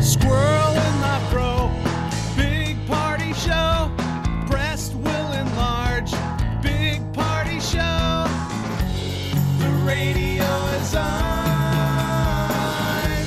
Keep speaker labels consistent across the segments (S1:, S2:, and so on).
S1: Squirrel in the fro, big party show. Breast will enlarge, big party show. The radio is on.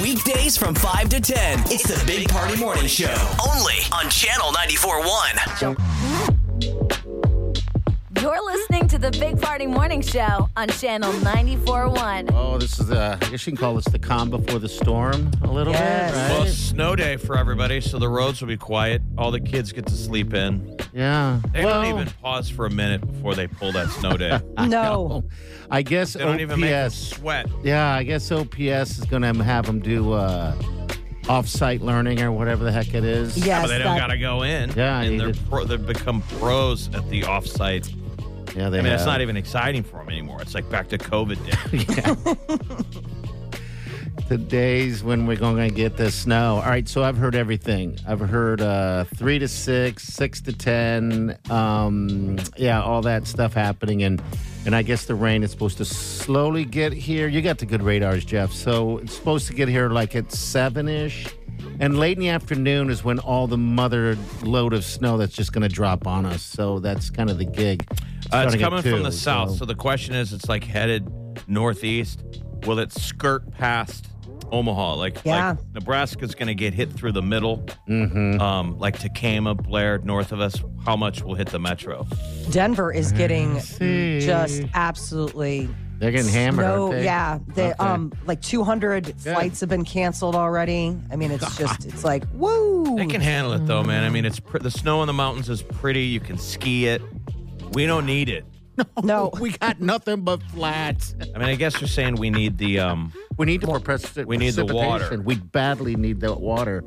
S2: Weekdays from 5 to 10. It's the Big Party Morning Show. Only on Channel 94.1.
S3: You're listening to the Big Party Morning Show on Channel 94.1.
S4: Oh, this is the, I guess you can call this the calm before the storm a little
S5: Well,
S4: bit,
S5: it's snow day for everybody, so the roads will be quiet. All the kids get to sleep in.
S4: right? Yeah.
S5: They
S4: well,
S5: don't even pause for a minute before they pull that snow day.
S6: No.
S4: I guess
S5: They don't
S4: OPS.
S5: even make them sweat.
S4: yeah, I guess OPS is going to have them do uh, off-site learning or whatever the heck it is.
S6: Yes.
S5: But they don't
S6: that-
S5: got to go in.
S4: Yeah, I
S5: and they're
S4: needed-
S5: pro- they've become pros at the offsite.
S4: Yeah, they
S5: I mean,
S4: have.
S5: it's not even exciting for them anymore. It's like back to COVID day.
S4: the days when we're going to get this snow. All right, so I've heard everything. I've heard uh, three to six, six to ten. Um, yeah, all that stuff happening, and and I guess the rain is supposed to slowly get here. You got the good radars, Jeff. So it's supposed to get here like at seven ish. And late in the afternoon is when all the mother load of snow that's just going to drop on us. So that's kind of the gig.
S5: Uh, it's
S4: Starting at
S5: coming from
S4: two,
S5: the south,
S4: so-
S5: so the question is, it's like headed northeast. Will it skirt past Omaha? Like,
S6: Yeah.
S5: like Nebraska's going to get hit through the middle, mm-hmm. um, like Tacoma, Blair, north of us. How much will hit the metro?
S6: Denver is getting
S4: Mm, see.
S6: just absolutely
S4: They're getting hammered.
S6: No,
S4: aren't they?
S6: yeah, they,
S4: Okay.
S6: um, like 200 flights have been canceled already. I mean, it's just, it's like, woo.
S5: They can handle it though, man. I mean, it's pr- the snow in the mountains is pretty. You can ski it. We don't need it.
S6: no,
S4: we got nothing but flats.
S5: I mean, I guess you're saying we need the um,
S4: We need to more precipitation.
S5: We need the water.
S4: We badly need that water.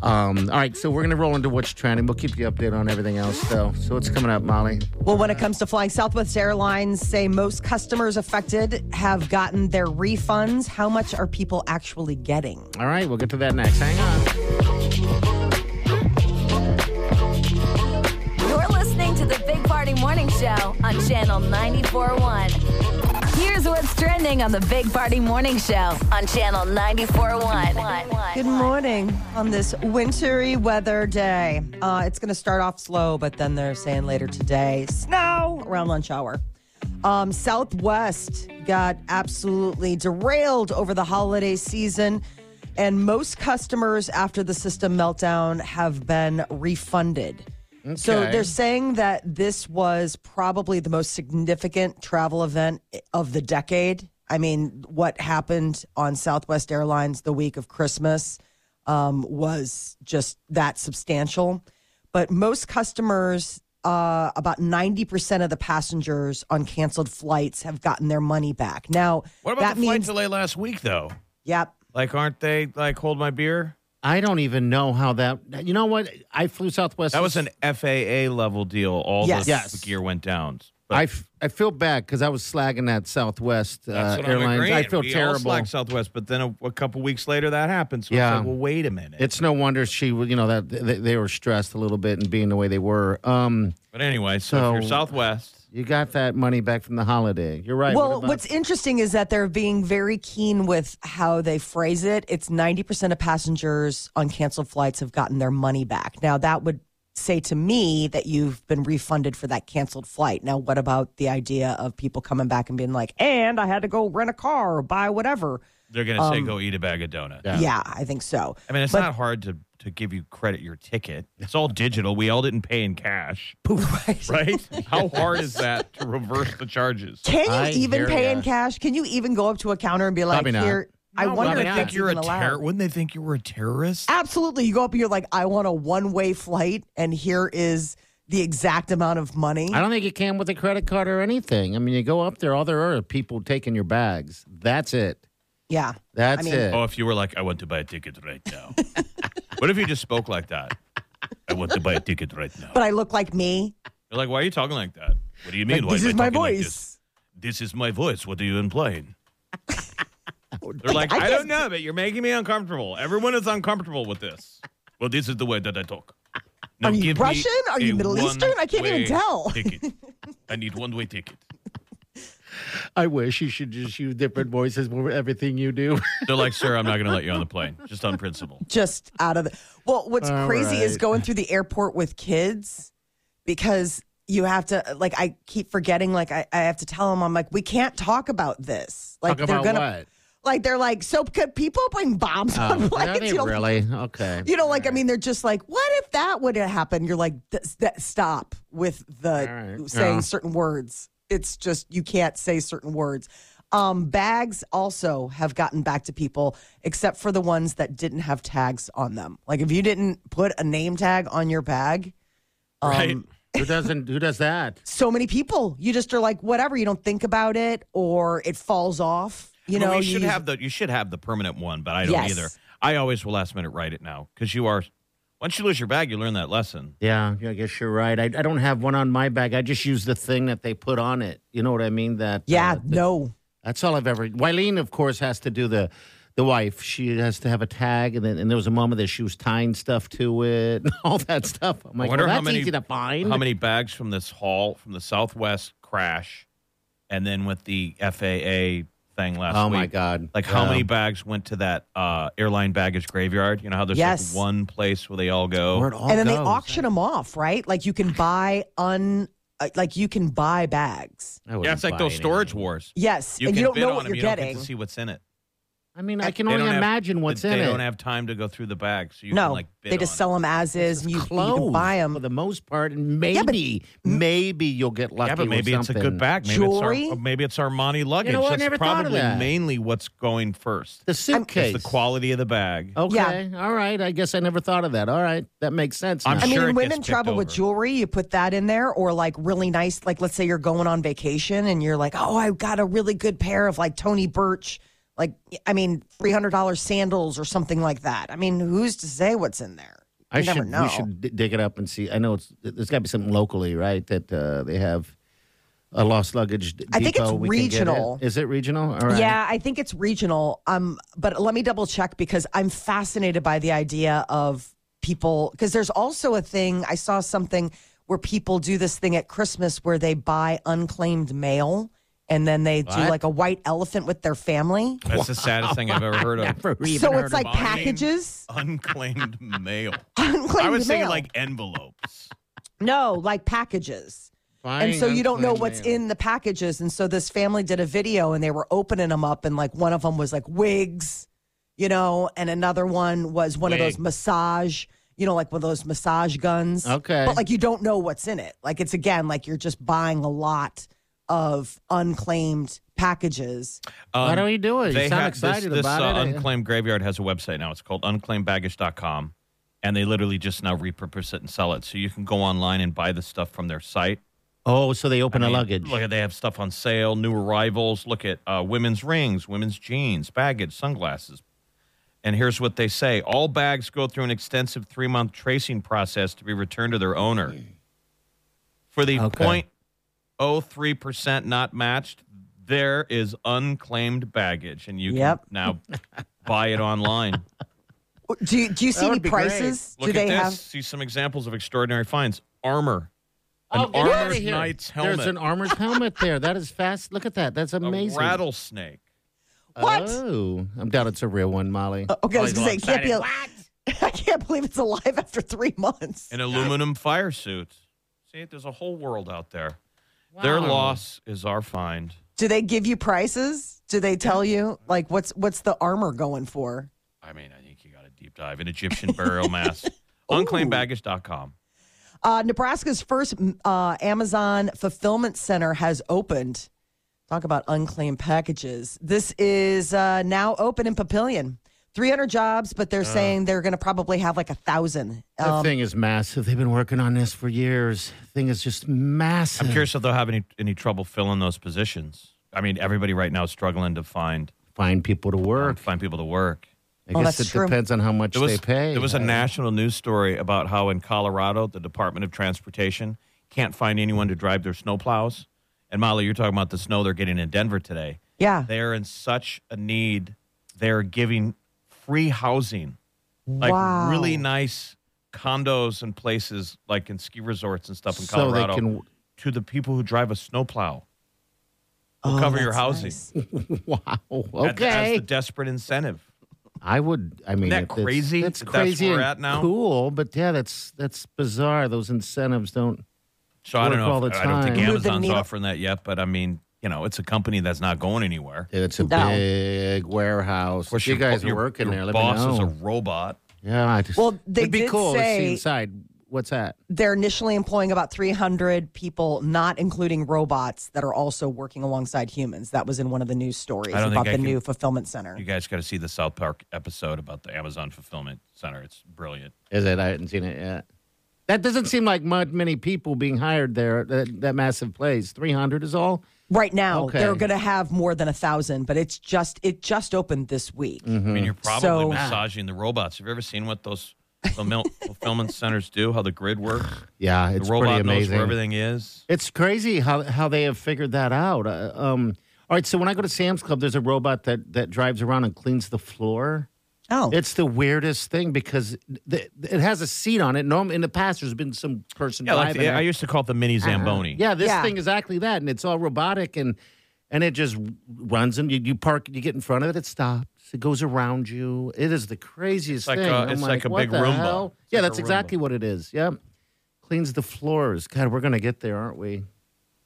S4: Um, all right, so we're going to roll into what's trending. We'll keep you updated on everything else, though. So what's coming up, Molly?
S6: well, when it comes to flying, Southwest Airlines say most customers affected have gotten their refunds. How much are people actually getting?
S4: All right, we'll get to that next. Hang on.
S3: You're listening to the Big Party Morning Show on Channel 94.1. Here's what's trending on the Big Party Morning Show on Channel 94.1.
S6: Good morning on this wintry weather day. Uh, it's going to start off slow, but then they're saying later today, snow around lunch hour. Um, Southwest got absolutely derailed over the holiday season, and most customers after the system meltdown have been refunded. So
S4: Okay.
S6: they're saying that this was probably the most significant travel event of the decade. I mean, what happened on Southwest Airlines the week of Christmas um, was just that substantial. But most customers, uh, about 90% of the passengers on canceled flights have gotten their money back. Now,
S5: what about
S6: that
S5: the flight
S6: means,
S5: delay last week though?
S6: yep.
S5: Like, aren't they like hold my beer?
S4: I don't even know how that. You know what? I flew Southwest.
S5: That was an FAA level deal. All
S6: Yes.
S5: the
S6: Yes.
S5: gear went down.
S4: I, f- I feel bad because I was slagging that Southwest uh,
S5: That's what I'm
S4: Airlines. I
S5: agreeing.
S4: feel
S5: we All
S4: terrible.
S5: slacked Southwest, but then a, a couple weeks later that happened. So yeah.
S4: Yeah.
S5: Like, well, wait a minute.
S4: It's no wonder she, w- you know, that they, they were stressed a little bit and being the way they were. Um,
S5: but anyway, so, if
S4: So-
S5: you're Southwest,
S4: you got that money back from the holiday. You're right. What
S6: Well,
S4: about-
S6: what's interesting is that they're being very keen with how they phrase it. It's 90% of passengers on canceled flights have gotten their money back. Now, that would say to me that you've been refunded for that canceled flight. Now, what about the idea of people coming back and being like, and I had to go rent a car or buy whatever?
S5: they're going to say go eat a bag of donuts.
S4: Yeah.
S6: Yeah, I think so.
S5: I mean, it's not hard to to give you credit your ticket. It's all digital. We all didn't pay in cash,
S6: right.
S5: right? How hard is that to reverse the charges?
S6: Can you
S4: I
S6: even
S4: hear
S6: pay
S4: ya.
S6: in cash? Can you even go up to a counter and be like,
S4: Probably not.
S6: here, I
S5: No,
S6: wonder
S5: wouldn't
S6: if
S5: they
S6: that's
S5: think you're a
S6: even allowed.
S5: terror. Wouldn't they think you were a terrorist?
S6: Absolutely. You go up and you're like, I want a one way flight, and here is the exact amount of money.
S4: I don't think you can with a credit card or anything. I mean, you go up there, all there are people taking your bags. That's it.
S6: Yeah.
S4: That's
S6: I mean-
S4: it.
S5: Oh, if you were like, I want to buy a ticket right now. what if you just spoke like that? I want to buy a ticket right now.
S6: But I look like me.
S5: You're like, why are you talking like that? What do you mean?
S6: Like,
S5: why
S6: this
S5: am I
S6: is my
S5: talking like
S6: voice.
S5: this? this is my voice. What are you implying? They're like,
S6: I
S5: I,
S6: guess-
S5: don't know, but you're making me uncomfortable. Everyone is uncomfortable with this. Well, this is the way that I talk. Now
S6: Are you
S5: give me
S6: Russian? Are you
S5: a
S6: Middle Eastern? I can't even
S5: one-way
S6: tell.
S5: ticket. I need one way ticket.
S4: I wish you should just use different voices for everything you do.
S5: They're like, sir, I'm not going to let you on the plane, just on principle.
S6: Just out of the. Well, what's
S4: All
S6: crazy is
S4: right.
S6: going through the airport with kids because you have to, like, I keep forgetting, like, I, I have to tell them, I'm like, we can't talk about this. Like,
S4: Talk
S6: they're
S4: about
S6: gonna.
S4: what?
S6: Like, they're like, so could people bring bombs on
S4: Oh,
S6: planes?
S4: are they
S6: You know,
S4: really? Okay.
S6: You know, like I mean, they're just like, what if that would have happened? You're like, th- st- stop with the
S4: All right.
S6: saying
S4: Yeah.
S6: certain words. It's just you can't say certain words. Um, bags also have gotten back to people, except for the ones that didn't have tags on them. Like if you didn't put a name tag on your bag, um,
S5: Right?
S4: who doesn't? Who does that?
S6: so many people you just are like, whatever. You don't think about it, or it falls off. You
S5: Well,
S6: know,
S5: we
S6: you
S5: should
S6: use-
S5: have the you should have the permanent one, but I don't
S6: Yes.
S5: either. I always will last minute write it now because you are once you lose your bag, you learn that lesson.
S4: Yeah, I guess you're right. I, I don't have one on my bag. I just use the thing that they put on it. You know what I mean? That
S6: yeah,
S4: uh, th-
S6: no.
S4: that's all I've ever. Wileen, of course, has to do the the wife. She has to have a tag, and then and there was a moment that she was tying stuff to it, and all that stuff. I'm like,
S5: I wonder
S4: well,
S5: how
S4: that's
S5: many
S4: easy to find.
S5: how many bags from this haul from the Southwest crash, and then with the FAA thing last
S4: oh
S5: week.
S4: my god! Um,
S5: Like how
S4: Yeah.
S5: many bags went to that uh, airline baggage graveyard? You know how there's
S6: Yes.
S5: like one place where they all go.
S4: Where it all
S6: and then they
S4: goes.
S6: auction them off, right? Like you can buy un, uh, like you can buy bags.
S4: I wouldn't
S5: yeah, it's like
S4: buy
S5: those storage
S4: anything.
S5: wars.
S6: Yes,
S5: You
S6: and
S5: can
S6: you don't
S5: bid
S6: know
S5: on
S6: what
S5: them.
S6: you're
S5: you don't
S6: getting.
S5: get to see what's in it.
S4: I mean, I can
S5: They
S4: only
S5: don't have-
S4: imagine what's
S5: they
S4: in
S5: They
S4: it.
S5: don't have time to go through the bags, so you
S6: no,
S5: can like bid
S6: they just
S5: on it.
S6: sell them as is, and you, you can
S4: Clothes,
S6: buy
S4: for
S6: them.
S4: the most part, and maybe maybe you'll get lucky.
S5: Yeah, but
S4: with
S5: maybe it's a
S4: something.
S5: good bag. Maybe
S6: Jewelry?
S5: it's our maybe it's Armani luggage.
S4: what? I
S5: That's
S4: never thought of
S5: probably
S4: that.
S5: mainly what's going first.
S4: The suitcase.
S5: It's the quality of the bag.
S4: Okay. All right. I guess I never thought of that. All right. That makes sense.
S5: I'm
S4: now.
S6: I mean,
S5: sure
S6: when
S5: it gets
S6: women
S5: picked
S6: travel with
S5: over.
S6: jewelry, you put that in there, or like really nice, like let's say you're going on vacation and you're like, oh, I got a really good pair of like Tony Birch, like I mean, three hundred dollars sandals or something like that. I mean, who's to say what's in there? You
S4: I
S6: never
S4: should.
S6: know.
S4: We should d- dig it up and see. I know it's. There's got to be something locally, right? That uh, they have a lost luggage. d-
S6: I think it's
S4: depot we can get it.
S6: regional.
S4: Is it regional? All right.
S6: Yeah, I think it's regional. Um, but let me double check because I'm fascinated by the idea of people because there's also a thing I saw something where people do this thing at Christmas where they buy unclaimed mail and then they do
S4: What?
S6: like a white elephant with their family.
S5: That's the saddest thing I've ever heard of.
S4: Never even
S6: so
S4: heard
S6: it's like
S4: about-
S5: buying-
S6: packages,
S5: Unclaimed mail.
S6: unclaimed
S5: I was
S6: mail.
S5: thinking like envelopes.
S6: no, like packages. and so
S4: Buying
S6: you don't know
S4: unclaimed
S6: what's
S4: mail.
S6: in the packages and so this family did a video and they were opening them up and like one of them was like wigs you know and another one was one of those
S5: Wig.
S6: massage you know like one of those massage guns
S4: Okay.
S6: but like you don't know what's in it like it's again like you're just buying a lot of unclaimed packages
S4: Why
S5: Um,
S4: don't you do it? You
S5: they
S4: sound
S5: have-
S4: excited
S5: this,
S4: about
S5: this, uh,
S4: it.
S5: Unclaimed Graveyard has a website now. It's called unclaimedbaggage.com. And they literally just now repurpose it and sell it. So you can go online and buy the stuff from their site.
S4: oh, so they open
S5: I mean,
S4: a luggage.
S5: Look at they have stuff on sale, new arrivals. Look at uh, women's rings, women's jeans, baggage, sunglasses. And here's what they say: all bags go through an extensive three month tracing process to be returned to their owner. For the
S4: Okay.
S5: point 3% not matched, there is unclaimed baggage, and you
S6: Yep.
S5: can now buy it online.
S6: Do you, do you see
S4: would
S6: any
S4: be great.
S6: prices?
S5: Look
S6: do
S5: at
S6: they
S5: this.
S6: have?
S5: See some examples of extraordinary finds. Armor. An
S4: Oh, get
S5: armored
S4: outta here.
S5: knight's
S4: There's
S5: helmet.
S4: an armored helmet there. That is fast. Look at that. That's amazing.
S5: A rattlesnake.
S6: What? Uh,
S4: Oh, I'm doubt it's a real one, Molly.
S6: Okay, I
S4: Molly's
S6: was gonna
S4: all
S6: say it can't be.
S4: excited.
S6: al- I can't believe it's alive after three months.
S5: An aluminum fire suit. See, there's a whole world out there. Their
S4: Wow.
S5: loss is our find.
S6: Do they give you prices? Do they tell you like what's what's the armor going for?
S5: I mean, I think you got a deep dive in Egyptian burial mass. Unclaimedbaggage.com.
S6: Uh, Nebraska's first m- uh, Amazon fulfillment center has opened. Talk about unclaimed packages. This is uh, now open in Papillion. 300 jobs, but
S4: Uh.
S6: they're saying they're going to probably have like a thousand.
S4: The thing is massive. They've been working on this for years. The thing is just massive.
S5: I'm curious if they'll have any, any trouble filling those positions. I mean, everybody right now is struggling to find
S4: Find people to work.
S5: find people to work.
S4: I
S6: Oh,
S4: guess
S6: that's
S4: it
S6: true.
S4: depends on how much
S5: There was,
S4: they pay.
S5: there was a
S4: I-
S5: national news story about how in Colorado, the Department of Transportation can't find anyone to drive their snowplows. And Molly, you're talking about the snow they're getting in Denver today.
S6: Yeah.
S5: They're in such a need. They're giving free housing, like
S6: Wow.
S5: really nice condos and places, like in ski resorts and stuff in
S4: So they
S5: Colorado,
S4: can-
S5: to the people who drive a snowplow. We'll cover your
S6: Oh, that's
S5: housing
S6: nice.
S4: Wow.
S5: That- That's
S4: Oh, Okay.
S5: the desperate incentive.
S4: I would. I mean,
S5: that
S4: if it's-
S5: crazy
S4: That's
S5: that that's
S4: crazy
S5: where
S4: and
S5: we're at now?
S4: cool, but yeah, that's that's bizarre. Those incentives don't.
S5: So I don't
S4: work all
S5: know. If,
S4: the
S5: I don't think
S4: time.
S6: Move the
S5: Amazon's
S6: needle.
S5: offering that yet, but I mean, you know, it's a company that's not going anywhere.
S4: It's a
S6: No.
S4: big warehouse.
S5: Of course,
S4: you
S5: your-
S4: guys
S5: your-
S4: are working
S5: your
S4: there. Let
S5: boss
S4: me know.
S5: is a robot.
S4: yeah, I just,
S6: Well, they
S4: it'd be
S6: did
S4: cool to
S6: say-
S4: see inside. What's that?
S6: They're initially employing about 300 people, not including robots that are also working alongside humans. That was in one of the news stories
S5: I don't
S6: about the
S5: think I can-
S6: new fulfillment center.
S5: You guys got to see the South Park episode about the Amazon fulfillment center. It's brilliant.
S4: Is it? I hadn't seen it yet. That doesn't seem like mu- many people being hired there. That, that massive place, three hundred is all.
S6: Right now,
S4: Okay.
S6: they're going to have more than a thousand, but it's just it just opened this week.
S4: Mm.
S5: I mean, you're probably
S6: So-
S5: massaging the robots. Have you ever seen what those fulfillment, fulfillment centers do? How the grid works?
S4: Yeah,
S5: The
S4: it's pretty
S5: robot knows
S4: amazing.
S5: where everything is.
S4: It's crazy how how they have figured that out. Uh, um, all right, so when I go to Sam's Club, there's a robot that that drives around and cleans the floor.
S6: Oh,
S4: It's the weirdest thing because th- it has a seat on it. Norm in the past, there's been some person
S5: Yeah, like
S4: driving.
S5: the, I
S4: it.
S5: used to call it the mini Zamboni.
S4: Uh-huh. yeah, this
S6: Yeah.
S4: thing is exactly that, and it's all robotic and and it just runs and you, you park, you get in front of it, it stops, it goes around you. It is the craziest
S5: like
S4: thing.
S5: a-
S4: I'm
S5: it's like a
S4: what
S5: big
S4: the
S5: Roomba.
S4: hell?
S5: It's
S4: Yeah,
S5: like a
S4: that's exactly
S5: Roomba.
S4: what it is. Yep, cleans the floors. God, we're gonna get there, aren't we?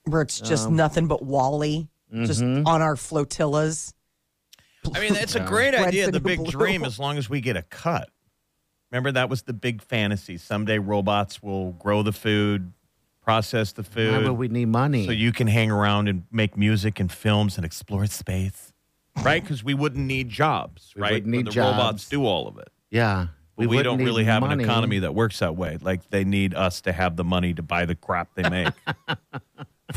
S6: where it's just
S4: um,
S6: nothing but Wally, just
S4: Mm-hmm.
S6: on our flotillas.
S5: I mean, it's a great
S6: Red
S5: idea, the
S6: finger
S5: big
S6: blue.
S5: dream, as long as we get a cut. Remember, that was the big fantasy. Someday robots will grow the food, process the
S4: Why
S5: food,
S4: would we need money?
S5: so you can hang around and make music and films and explore space. Right? Because we wouldn't need jobs,
S4: We
S5: right?
S4: wouldn't
S5: When
S4: need
S5: the
S4: jobs.
S5: robots do all of it.
S4: yeah,
S5: But we,
S4: wouldn't
S5: don't
S4: need
S5: really have an
S4: money.
S5: economy that works that way. Like, they need us to have the money to buy the crap they make.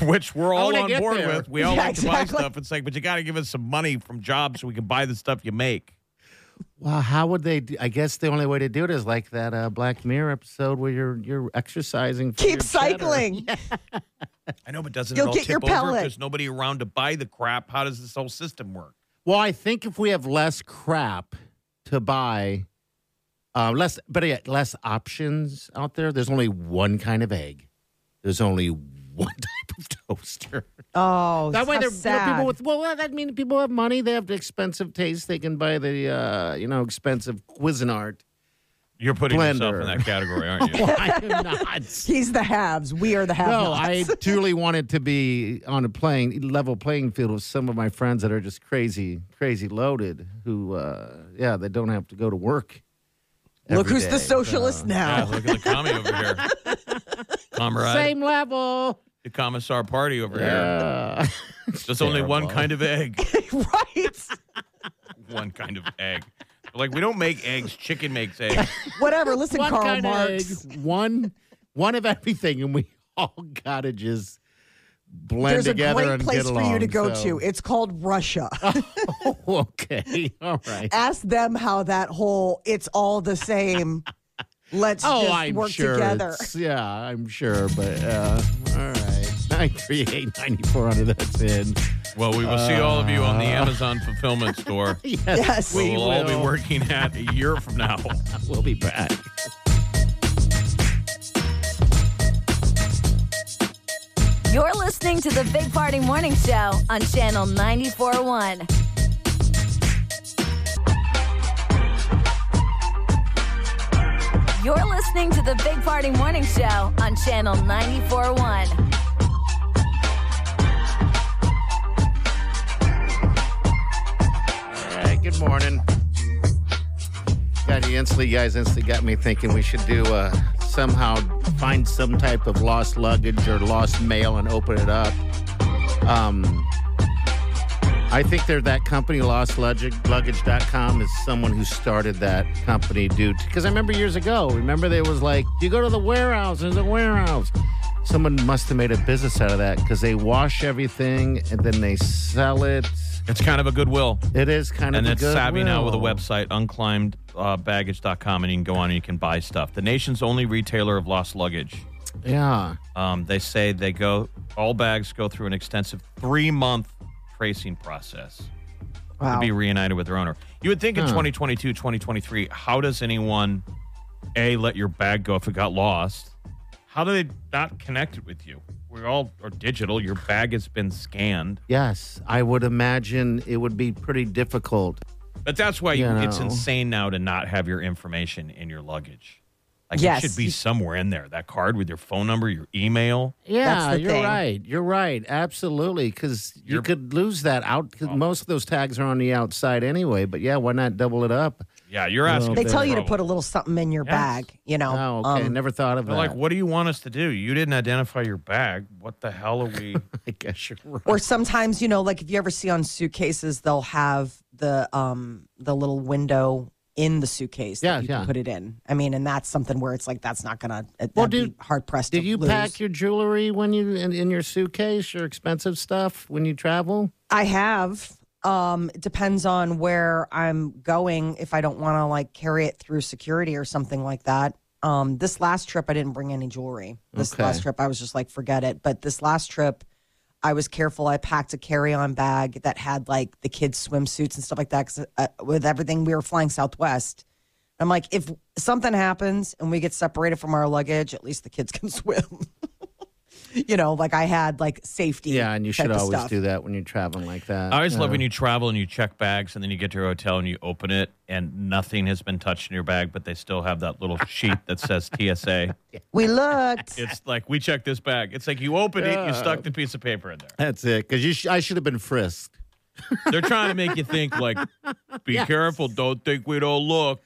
S5: Which we're all
S4: wanna
S5: on
S4: get
S5: board
S4: there.
S5: with. We all
S6: Yeah,
S5: like to buy
S6: exactly.
S5: stuff. It's like, but you got to give us some money from jobs so we can buy the stuff you make.
S4: Well, how would they? Do, I guess the only way to do it is like that uh, Black Mirror episode where you're you're exercising. for your cheddar.
S6: Keep cycling.
S5: I know, but doesn't
S6: You'll
S5: it all
S6: get
S5: tip
S6: your
S5: over if
S6: pellet.
S5: there's nobody around to buy the crap? How does this whole system work?
S4: Well, I think if we have less crap to buy, uh, less, but yet less options out there. There's only one kind of egg. There's only one type of toaster.
S6: Oh,
S4: That way,
S6: how
S4: there there are
S6: sad.
S4: people with well, that means people have money. They have expensive taste. They can buy the uh, you know expensive Cuisinart.
S5: You're putting yourself
S4: Blender.
S5: in that category, aren't you?
S4: I am not.
S6: He's the haves. We are the have
S4: No, I truly wanted to be on a playing level playing field with some of my friends that are just crazy, crazy loaded. Who, uh, yeah, they don't have to go to work.
S6: Look
S4: every
S6: who's
S4: day.
S6: the socialist now.
S5: yeah, look at the commie over here. Comrade,
S4: Same level.
S5: the commissar party over here.
S4: Yeah.
S5: There's only one kind of egg.
S6: right?
S5: one kind of egg. Like we don't make eggs. Chicken makes eggs.
S6: Whatever. Listen,
S4: one
S6: Karl
S4: kind
S6: Marx.
S4: of egg, one, one of everything, and we all gotta just blend
S6: There's a
S4: together
S6: great
S4: and
S6: place
S4: get
S6: for you
S4: along,
S6: to go
S4: so-
S6: to. It's called Russia.
S4: Oh, okay, all right.
S6: Ask them how that whole it's all the same. Let's
S4: Oh,
S6: just
S4: I'm
S6: work
S4: sure.
S6: together.
S4: it's- Yeah, I'm sure. But uh, all right. 938 9400. That's in.
S5: Well, we will see all of you on the Amazon fulfillment store.
S6: Yes.
S5: we
S4: Uh-huh. We
S5: will all be
S4: will.
S5: working at a year from now.
S4: We'll be back.
S3: You're listening to the Big Party Morning Show on Channel 941. You're listening to the Big Party Morning Show on Channel 941.
S4: All right, good morning. God, you instantly, you guys instantly got me thinking we should do uh, somehow find some type of lost luggage or lost mail and open it up. Um, I think they're that company, Lost Luggage, Luggage.com, is someone who started that company due to, because I remember years ago, remember there was like, you go to the warehouse, there's a warehouse. Someone must have made a business out of that because they wash everything and then they sell it.
S5: It's kind of a goodwill.
S4: It is kind
S5: And
S4: of a
S5: it's savvy now with a
S4: goodwill.
S5: website, uh, unclimbedbaggage.com, and you can go on and you can buy stuff. The nation's only retailer of lost luggage.
S4: Yeah.
S5: Um, they say they go, all bags go through an extensive three month tracing process
S6: wow.
S5: to be reunited with their owner. You would think in
S4: Huh.
S5: 2022, 2023, how does anyone, A, let your bag go if it got lost? How do they not connect it with you? We all are digital. Your bag has been scanned.
S4: Yes, I would imagine it would be pretty difficult.
S5: But that's why
S4: You
S5: it's
S4: know.
S5: insane now to not have your information in your luggage. Like
S6: Yes.
S5: it should be somewhere in there. That card with your phone number, your email.
S4: Yeah,
S6: the
S4: you're
S6: thing.
S4: right. You're right. Absolutely, because you
S5: You're-
S4: could lose that out. 'cause most of those tags are on the outside anyway. But yeah, why not double it up?
S5: Yeah, you're asking.
S6: They
S5: for
S6: tell you to
S5: trouble.
S6: put a little something in your
S5: Yes.
S6: bag, you know.
S4: Oh, okay.
S6: Um,
S4: Never thought of
S5: They're
S4: that.
S5: like, what do you want us to do? You didn't identify your bag. What the hell are we?
S4: I guess you're right.
S6: or sometimes, you know, like if you ever see on suitcases, they'll have the um the little window in the suitcase
S4: Yeah,
S6: that you
S4: yeah.
S6: can put it in. I mean, and that's something where it's like that's not gonna uh,
S4: Well,
S6: well, dude,
S4: dude,
S6: hard pressed
S4: Did
S6: to
S4: you
S6: lose.
S4: pack your jewelry when you in, in your suitcase, your expensive stuff when you travel?
S6: I have. Um, it depends on where I'm going. If I don't want to like carry it through security or something like that. Um, this last trip, I didn't bring any jewelry. This
S4: Okay.
S6: last trip, I was just like, forget it. But this last trip, I was careful. I packed a carry-on bag that had like the kids' swimsuits and stuff like that. 'cause, uh, with everything, we were flying Southwest. I'm like, if something happens and we get separated from our luggage, at least the kids can swim. you know, like I had like safety.
S4: Yeah, and you
S6: type
S4: should
S6: of
S4: always
S6: stuff.
S4: do that when you're traveling like that.
S5: I always
S4: yeah.
S5: love when you travel and you check bags and then you get to your hotel and you open it and nothing has been touched in your bag, but they still have that little sheet that says TSA.
S6: We looked.
S4: uh-huh.
S5: It's like, we checked this bag. It's like you opened it, you stuck the piece of paper in there.
S4: That's it, because you sh- I should have been frisked.
S5: They're trying to make you think, like, be careful. Don't think we don't look.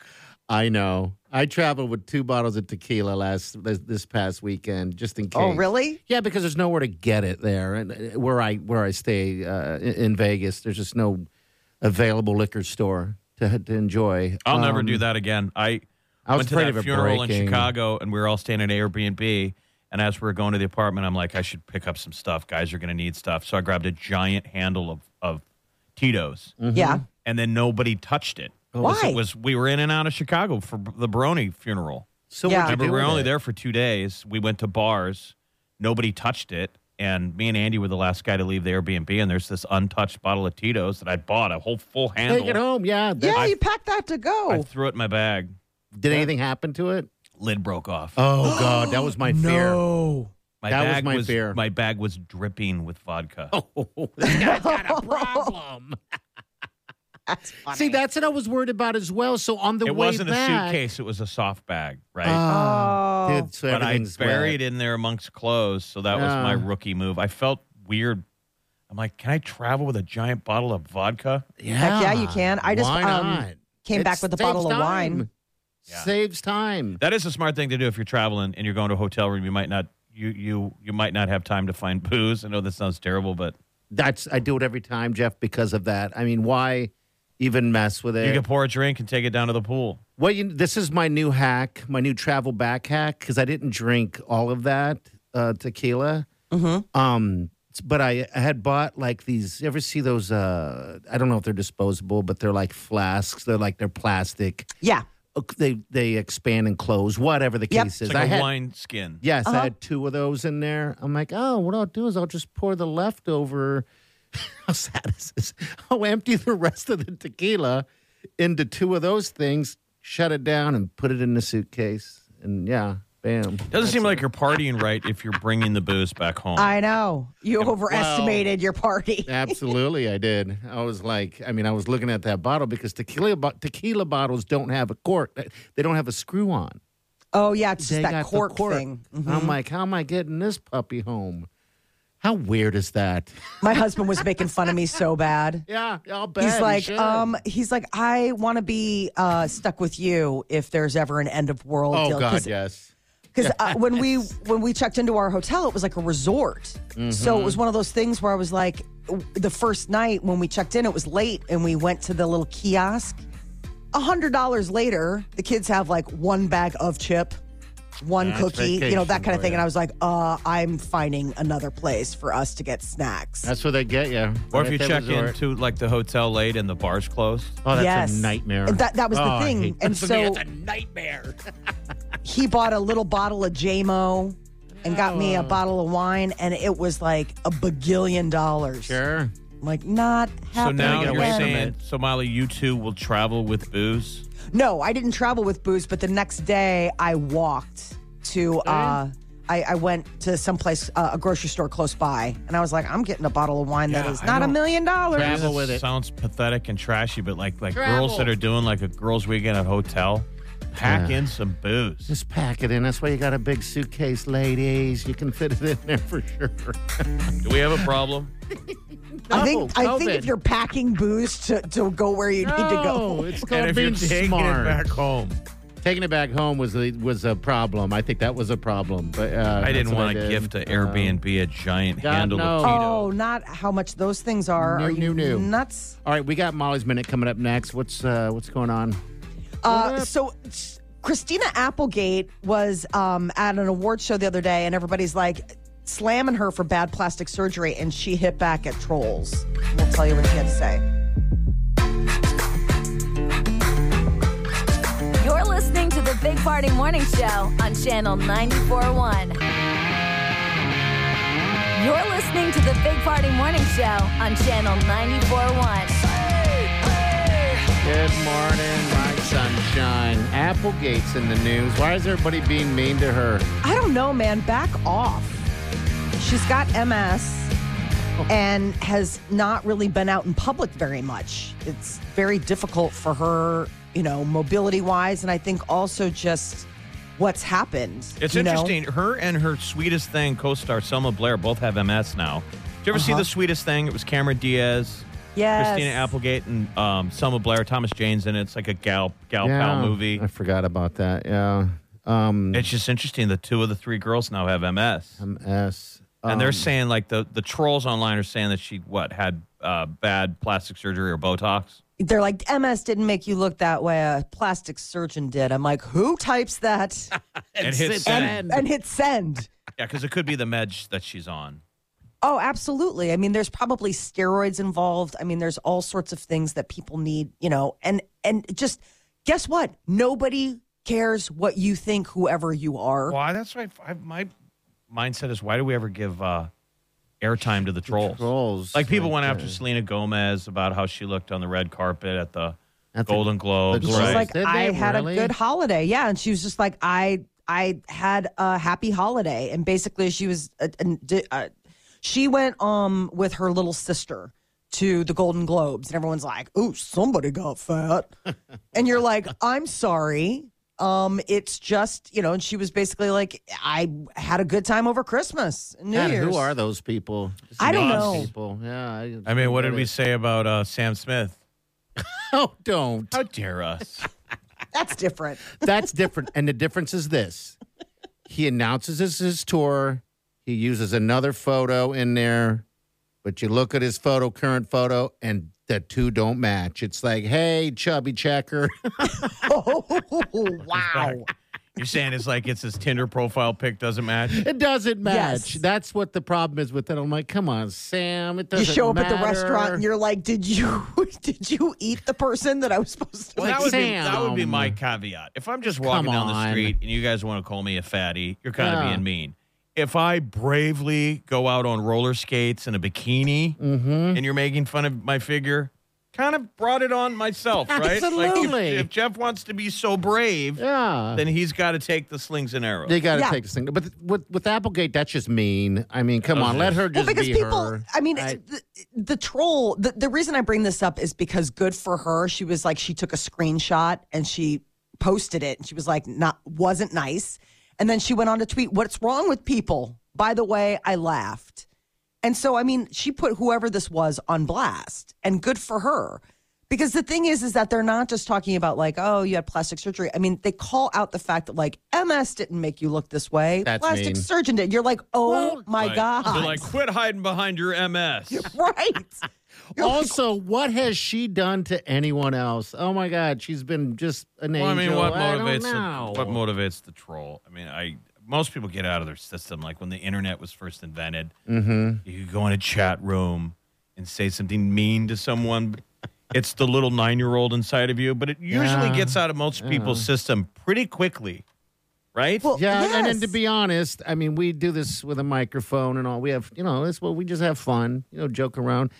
S4: I know. I traveled with two bottles of tequila last this, this past weekend, just in case.
S6: Oh, really?
S4: Yeah, because there's nowhere to get it there, and uh, where I where I stay uh, in- in Vegas, there's just no available liquor store to to enjoy.
S5: I'll never
S4: Um,
S5: do that again. I,
S4: I was
S5: Oh, went to
S4: afraid
S5: that
S4: of it
S5: funeral in
S4: breaking.
S5: Chicago, and we were all staying at Airbnb. And as we were going to the apartment, I'm like, I should pick up some stuff. Guys are going to need stuff. So I grabbed a giant handle of, of Tito's,
S4: Mm-hmm.
S6: Yeah.
S5: and then nobody touched it.
S6: Why?
S5: It Oh, was we were in and out of Chicago for the Baroni funeral.
S4: So
S6: Yeah.
S4: what'd you
S5: Remember, we
S4: do
S5: were
S4: with
S5: only
S4: it?
S5: there for two days. We went to bars. Nobody touched it. And me and Andy were the last guy to leave the Airbnb. And there's this untouched bottle of Tito's that I bought, a whole full handle.
S4: Take it home. Yeah. that-
S6: Yeah, you packed that to go.
S5: I threw it in my bag.
S4: Did anything happen to it?
S5: Lid broke off.
S4: Oh God, that was my fear.
S6: No.
S5: My
S4: That was
S5: bag
S4: my fear. Oh,
S5: My bag was dripping with vodka.
S4: Problem.
S6: That's funny.
S4: See, that's what I was worried about as well. So on the
S5: it
S4: way
S5: wasn't a
S4: back,
S5: suitcase; it was a soft bag, right?
S4: Oh,
S6: Oh.
S4: dude, so
S5: but I
S4: everything's
S5: buried
S4: wet.
S5: in there amongst clothes, so that was my
S4: Yeah.
S5: rookie move. I felt weird. I'm like, can I travel with a giant bottle of vodka?
S4: Yeah.
S6: Heck yeah, you can. I just,
S4: Why
S6: um,
S4: not?
S6: came
S4: It
S6: back with a
S4: saves
S6: bottle of wine.
S4: time.
S5: Yeah.
S4: Saves time.
S5: That is a smart thing to do if you're traveling and you're going to a hotel room. You might not you you you might not have time to find booze. I know that sounds terrible, but
S4: That's I do it every time, Jeff, because of that. I mean, why even mess with it?
S5: you can pour a drink and take it down to the pool.
S4: Well, you, this is my new hack, my new travel back hack, because I didn't drink all of that uh, tequila. Mm-hmm. Um, s- but I, I had bought like these. You ever see those? Uh, I don't know if they're disposable, but they're like flasks. They're like they're plastic.
S6: Yeah.
S4: they they expand and close, whatever the
S6: Yep.
S4: case is.
S5: It's like
S4: I
S5: a
S4: had,
S5: wine skin.
S4: yes, I had two of those in there. I'm like, oh, what I'll do is I'll just pour the leftover. How sad is this? I'll empty the rest of the tequila into two of those things, shut it down, and put it in the suitcase. And yeah, bam.
S5: Doesn't seem like you're partying right if you're bringing the booze back home.
S6: I know. You overestimated your party.
S4: Absolutely, I did. I was like, I mean, I was looking at that bottle because tequila bo- tequila bottles don't have a cork; They- they don't have a screw on.
S6: Oh, yeah. It's
S4: They
S6: just
S4: got
S6: that
S4: the
S6: cork, thing. Mm-hmm.
S4: I'm like, how am I getting this puppy home? How weird is that?
S6: My husband was making fun of me so bad.
S4: yeah, I'll bet.
S6: He's
S4: you
S6: like,
S4: should.
S6: um, he's like, I want to be uh, stuck with you if there's ever an end of world
S4: oh
S6: deal.
S4: God,
S6: 'Cause
S4: yes.
S6: because uh, when we when we checked into our hotel it was like a resort so it was one of those things where i was like w- the first night when we checked in it was late and we went to the little kiosk a hundred dollars later the kids have like one bag of chip one
S4: That's
S6: cookie you know that
S4: vacation
S6: kind of
S4: for
S6: thing
S4: ya.
S6: and i was like uh i'm finding another place for us to get snacks
S4: That's what they get you.
S5: Or
S4: Right
S5: if you
S4: at the
S5: check
S4: resort.
S5: into like the hotel late and the bar's closed.
S4: oh, that's
S6: yes.
S4: a nightmare.
S6: And that- that was the
S4: Oh, I
S6: thing.
S4: hate-
S6: And
S4: to me,
S6: so-
S4: that's a nightmare.
S6: he bought a little bottle of JMO and got me a bottle of wine and it was like a bagillion dollars
S4: Sure.
S6: I'm like not
S5: So
S6: happening
S5: now
S4: gotta
S5: you're
S4: wait a
S6: again.
S5: saying,
S4: minute.
S5: so Molly, you two will travel with booze.
S6: No, I didn't travel with booze, but the next day I walked to. Uh, I, I went to someplace, uh, a grocery store close by, and I was like, I'm getting a bottle of wine that
S5: Yeah,
S6: is
S5: I
S6: not a
S5: don't-
S6: million dollars.
S4: Travel with it.
S5: Sounds pathetic and trashy, but like like girls
S4: Travel.
S5: that are doing like a girls' weekend at a hotel, pack
S4: Yeah.
S5: in some booze.
S4: Just pack it in. That's why you got a big suitcase, ladies. You can fit it in there for sure.
S5: Do we have a problem?
S6: I think
S4: No,
S6: I think if
S4: COVID.
S6: you're packing booze to, to go where you need to
S4: No,
S6: go.
S4: It's called
S5: and if you're
S4: being
S5: taking
S4: smart.
S5: it back home,
S4: Taking it back home was a, was a problem. I think that was a problem. But uh,
S5: I didn't want
S4: to
S5: to gift to Airbnb a giant
S4: Uh-huh. God,
S5: handle
S4: no.
S5: of Tito.
S6: Oh, not how much those things are.
S4: No,
S6: are you
S4: no, no.
S6: nuts?
S4: All right, we got Molly's minute coming up next. What's uh, what's going on?
S6: Uh, so s- Christina Applegate was um, at an award show the other day, and everybody's like slamming her for bad plastic surgery, and she hit back at trolls. We'll tell you what she had to say.
S3: You're listening to the Big Party Morning Show on Channel 941. You're listening to the Big Party Morning Show on Channel 941.
S4: Good morning, my sunshine. Applegate's in the news. Why is everybody being mean to her?
S6: I don't know, man. Back off. She's got MS and has not really been out in public very much. It's very difficult for her, you know, mobility wise, and I think also just what's happened.
S5: It's
S6: you know?
S5: interesting. Her and her sweetest thing co-star Selma Blair both have MS now. Did you ever
S4: Uh-huh.
S5: see the sweetest thing? It was Cameron Diaz,
S6: Yes.
S5: Christina Applegate, and um, Selma Blair. Thomas Jane's in it. It's like a gal gal pal movie.
S4: I forgot about that. Yeah. Um,
S5: It's just interesting. The two of the three girls now have MS,
S4: MS.
S5: and they're saying like the the trolls online are saying that she what had uh, bad plastic surgery or Botox.
S6: they're like ms didn't make you look that way a plastic surgeon did i'm like who types that
S5: And hits
S6: and, and hit send
S5: Yeah, because it could be the meds that she's on.
S6: oh absolutely i mean there's probably steroids involved i mean there's all sorts of things that people need you know and and just guess what nobody cares what you think whoever you are
S5: Why? That's why I, my mindset is why do we ever give uh, airtime to the trolls?
S4: trolls,
S5: Like people
S4: like,
S5: went
S4: uh,
S5: after Selena Gomez about how she looked on the red carpet at the
S4: At the-
S5: Golden Globes.
S4: Globes.
S6: She's
S4: Right.
S6: like,
S4: Did
S6: I
S4: they
S6: had
S4: really?
S6: a good holiday. Yeah. And she was just like, I I had a happy holiday. And basically, she was, uh, and di- uh, she went um with her little sister to the Golden Globes. And everyone's like, oh, somebody got fat. and you're like, I'm sorry. Um, it's just, you know, and she was basically like, I had a good time over Christmas, and New
S4: God,
S6: Year's.
S4: who are those people? Just
S6: I don't
S4: lost
S6: know.
S4: People. Yeah. I,
S5: I mean, what did we
S4: it.
S5: say about uh, Sam Smith?
S4: Oh, don't.
S5: How dare us?
S6: That's different.
S4: That's different. and the difference is this he announces his, his tour, he uses another photo in there, but you look at his photo, current photo, and the two don't match. It's like, hey, chubby checker.
S6: oh, wow.
S5: You're saying it's like it's his Tinder profile pic doesn't match.
S4: It doesn't match.
S6: Yes.
S4: That's what the problem is with it. I'm like, come on, Sam. It
S6: You
S4: doesn't.
S6: show up at the
S4: matter.
S6: restaurant and you're like, "Did you did you eat the person that I was supposed to?"
S5: Well, that
S4: Like,
S5: would be that would be
S4: Sam.
S5: my caveat. If I'm just walking
S4: Come
S5: down the
S4: on.
S5: street and you guys want to call me a fatty, you're kind of
S4: Yeah.
S5: being mean. If I bravely go out on roller skates in a bikini
S4: Mm-hmm.
S5: and you're making fun of my figure, kind of brought it on myself, right? Like, if-
S4: Absolutely.
S5: if, Jeff wants to be so brave,
S4: Yeah.
S5: then he's got to take the slings and arrows.
S4: They got to
S6: Yeah.
S4: take this thing. But th- with, with Applegate, that's just mean. I mean, come on, let her
S6: Well,
S4: just
S6: because
S4: be
S6: people,
S4: her.
S6: I mean, the, the troll. The, the reason I bring this up is because good for her. She was like, she took a screenshot and she posted it, and she was like, not wasn't nice. And then she went on to tweet, "What's wrong with people?" By the way, I laughed, and so I mean, she put whoever this was on blast, and good for her. Because the thing is, is that they're not just talking about like, oh, you had plastic surgery. I mean, they call out the fact that like MS didn't make you look this way.
S4: That's
S6: plastic
S4: mean.
S6: surgeon did. You're like, oh my
S5: Like,
S6: god.
S5: They're like, quit hiding behind your MS.
S6: Right.
S4: also, what has she done to anyone else? Oh my God, she's been just an
S5: Well, I mean,
S4: angel.
S5: what
S4: don't
S5: motivates
S4: know.
S5: the, what motivates the troll? I mean, I most people get out of their system. Like when the internet was first invented,
S6: Mm-hmm.
S5: you could go in a chat room and say something mean to someone. It's the little nine-year-old inside of you, but it usually
S4: Yeah.
S5: gets out of most people's system pretty quickly, right?
S6: Well,
S4: Yeah, and then to
S6: yes.
S4: be honest, I mean, we do this with a microphone and all. We have, you know, it's well, we just have fun, you know, joke around.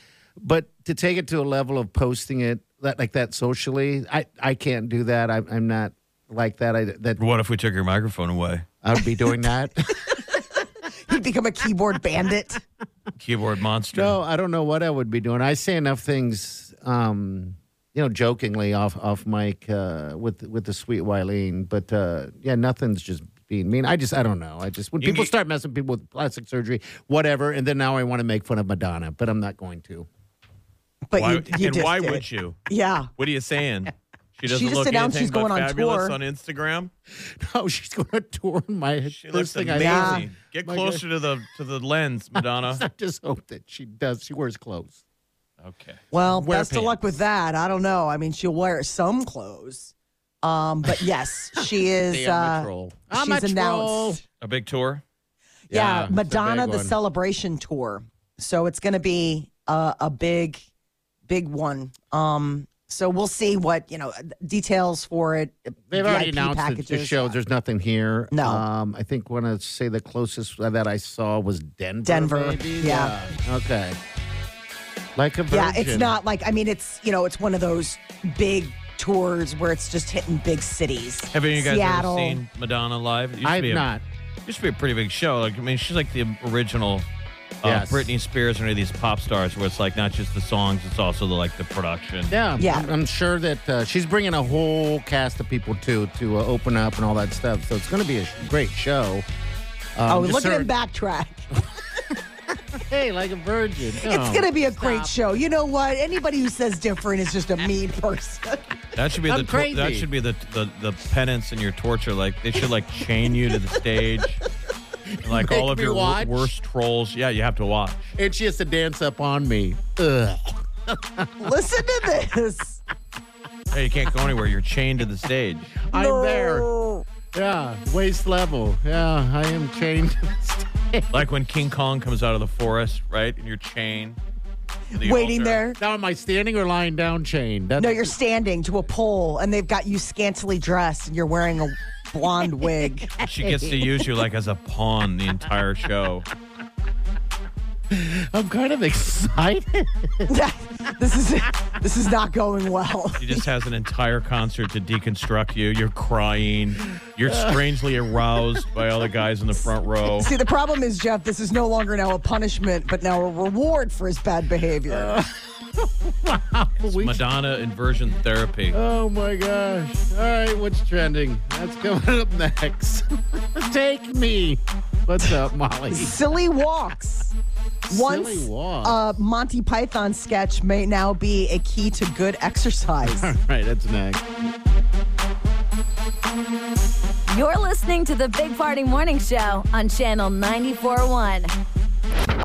S4: But to take it to a level of posting it that like that socially, I I can't do that. I, I'm not like that. I that
S5: what if we took your microphone away?
S4: I would be doing that.
S6: He'd become a keyboard bandit.
S5: Keyboard monster.
S4: no, I don't know what I would be doing. I say enough things, um, you know, jokingly off off mic uh, with with the sweet Wileen, but uh, yeah, nothing's just. Being mean, I just I don't know. I just when
S5: You can
S4: people
S5: get-
S4: start messing people with plastic surgery, whatever, and then now I want to make fun of Madonna, but I'm not going to.
S6: But
S5: Why,
S6: you, you
S5: and
S6: just
S5: why
S6: did
S5: would
S6: it.
S5: you?
S6: Yeah.
S5: What are you saying? She doesn't
S6: just
S5: look
S6: announced
S5: anything
S6: she's going
S5: but
S6: on
S5: fabulous
S6: tour.
S5: on Instagram.
S4: No, Oh, she's going to tour my
S5: She
S4: first
S5: looks
S4: thing
S5: amazing.
S4: I
S6: Yeah.
S5: Get
S4: My
S5: closer to the to the lens, Madonna.
S4: I just hope that she does. She wears clothes.
S5: okay.
S6: Well,
S4: Wear
S6: best of luck with that. I don't know. I mean, she'll wear some clothes. Um, but yes, she is.
S4: Damn, I'm
S6: uh,
S4: a troll. I'm a
S6: she's
S4: troll.
S6: announced.
S5: A big tour.
S4: Yeah,
S6: Yeah,
S4: it's a
S6: Madonna
S4: big
S6: the
S4: one.
S6: Celebration tour. So it's going to be a, a big, big one. Um, so we'll see what you know details for it.
S4: They've already
S6: VIP
S4: announced that the
S6: packages.
S4: shows. There's nothing here.
S6: No.
S4: Um, I think want to say the closest that I saw was Denver.
S6: Denver,
S4: maybe?
S6: yeah.
S4: Yeah. Okay. Like a virgin.
S6: Yeah, it's not like I mean it's you know it's one of those big tours where it's just hitting big cities.
S5: Have any of you guys
S6: Seattle.
S5: ever seen Madonna live? It used to
S4: I've
S5: be a-
S4: not.
S5: Used to be a pretty big show. Like I mean, she's like the original uh,
S4: Yes.
S5: Britney Spears or any of these pop stars, where it's like not just the songs, it's also the like the production.
S4: Yeah,
S6: Yeah.
S4: I'm, I'm sure that uh, she's bringing a whole cast of people too to uh, open up and all that stuff. So it's going to be a sh- great show. Um,
S6: Oh,
S4: just
S6: look at
S4: her-
S6: him backtrack.
S4: Hey, like a virgin.
S5: Oh.
S4: Oh.
S6: It's gonna be a great show. You know what? Anybody who says different is just a mean person.
S5: That should be
S4: I'm
S5: the tor-
S4: crazy.
S5: that should be the, the the penance in your torture. Like they should like chain you to the stage. And, like
S4: Make
S5: all of
S4: me
S5: your wor-
S4: watch.
S5: worst trolls. Yeah, you have to watch.
S4: And she has to dance up on me. Ugh.
S6: Listen to this.
S5: Hey, you can't go anywhere. You're chained to the stage.
S4: I'm there.
S6: Oh,
S4: Yeah, waist level. Yeah, I am chained.
S5: Like when King Kong comes out of the forest, right? And you're chained. to the
S6: waiting
S5: altar.
S6: there.
S4: now, am I standing or lying down chained? That's,
S6: No, you're standing to a pole, and they've got you scantily dressed, and you're wearing a blonde wig.
S5: She gets to use you like as a pawn the entire show.
S4: I'm kind of excited.
S6: this is this is not going well.
S5: She just has an entire concert to deconstruct you. You're crying. You're strangely aroused by all the guys in the front row.
S6: See, the problem is, Jeff, this is no longer now a punishment, but now a reward for his bad behavior.
S4: Uh. We-
S5: Madonna inversion therapy.
S4: oh my gosh. All right, what's trending? That's coming up next. Take me. What's up, Molly?
S6: Silly walks. Once
S4: Silly walk.
S6: a Monty Python sketch may now be a key to good exercise.
S4: all right, that's next.
S3: You're listening to the Big Party Morning Show on Channel 94.1.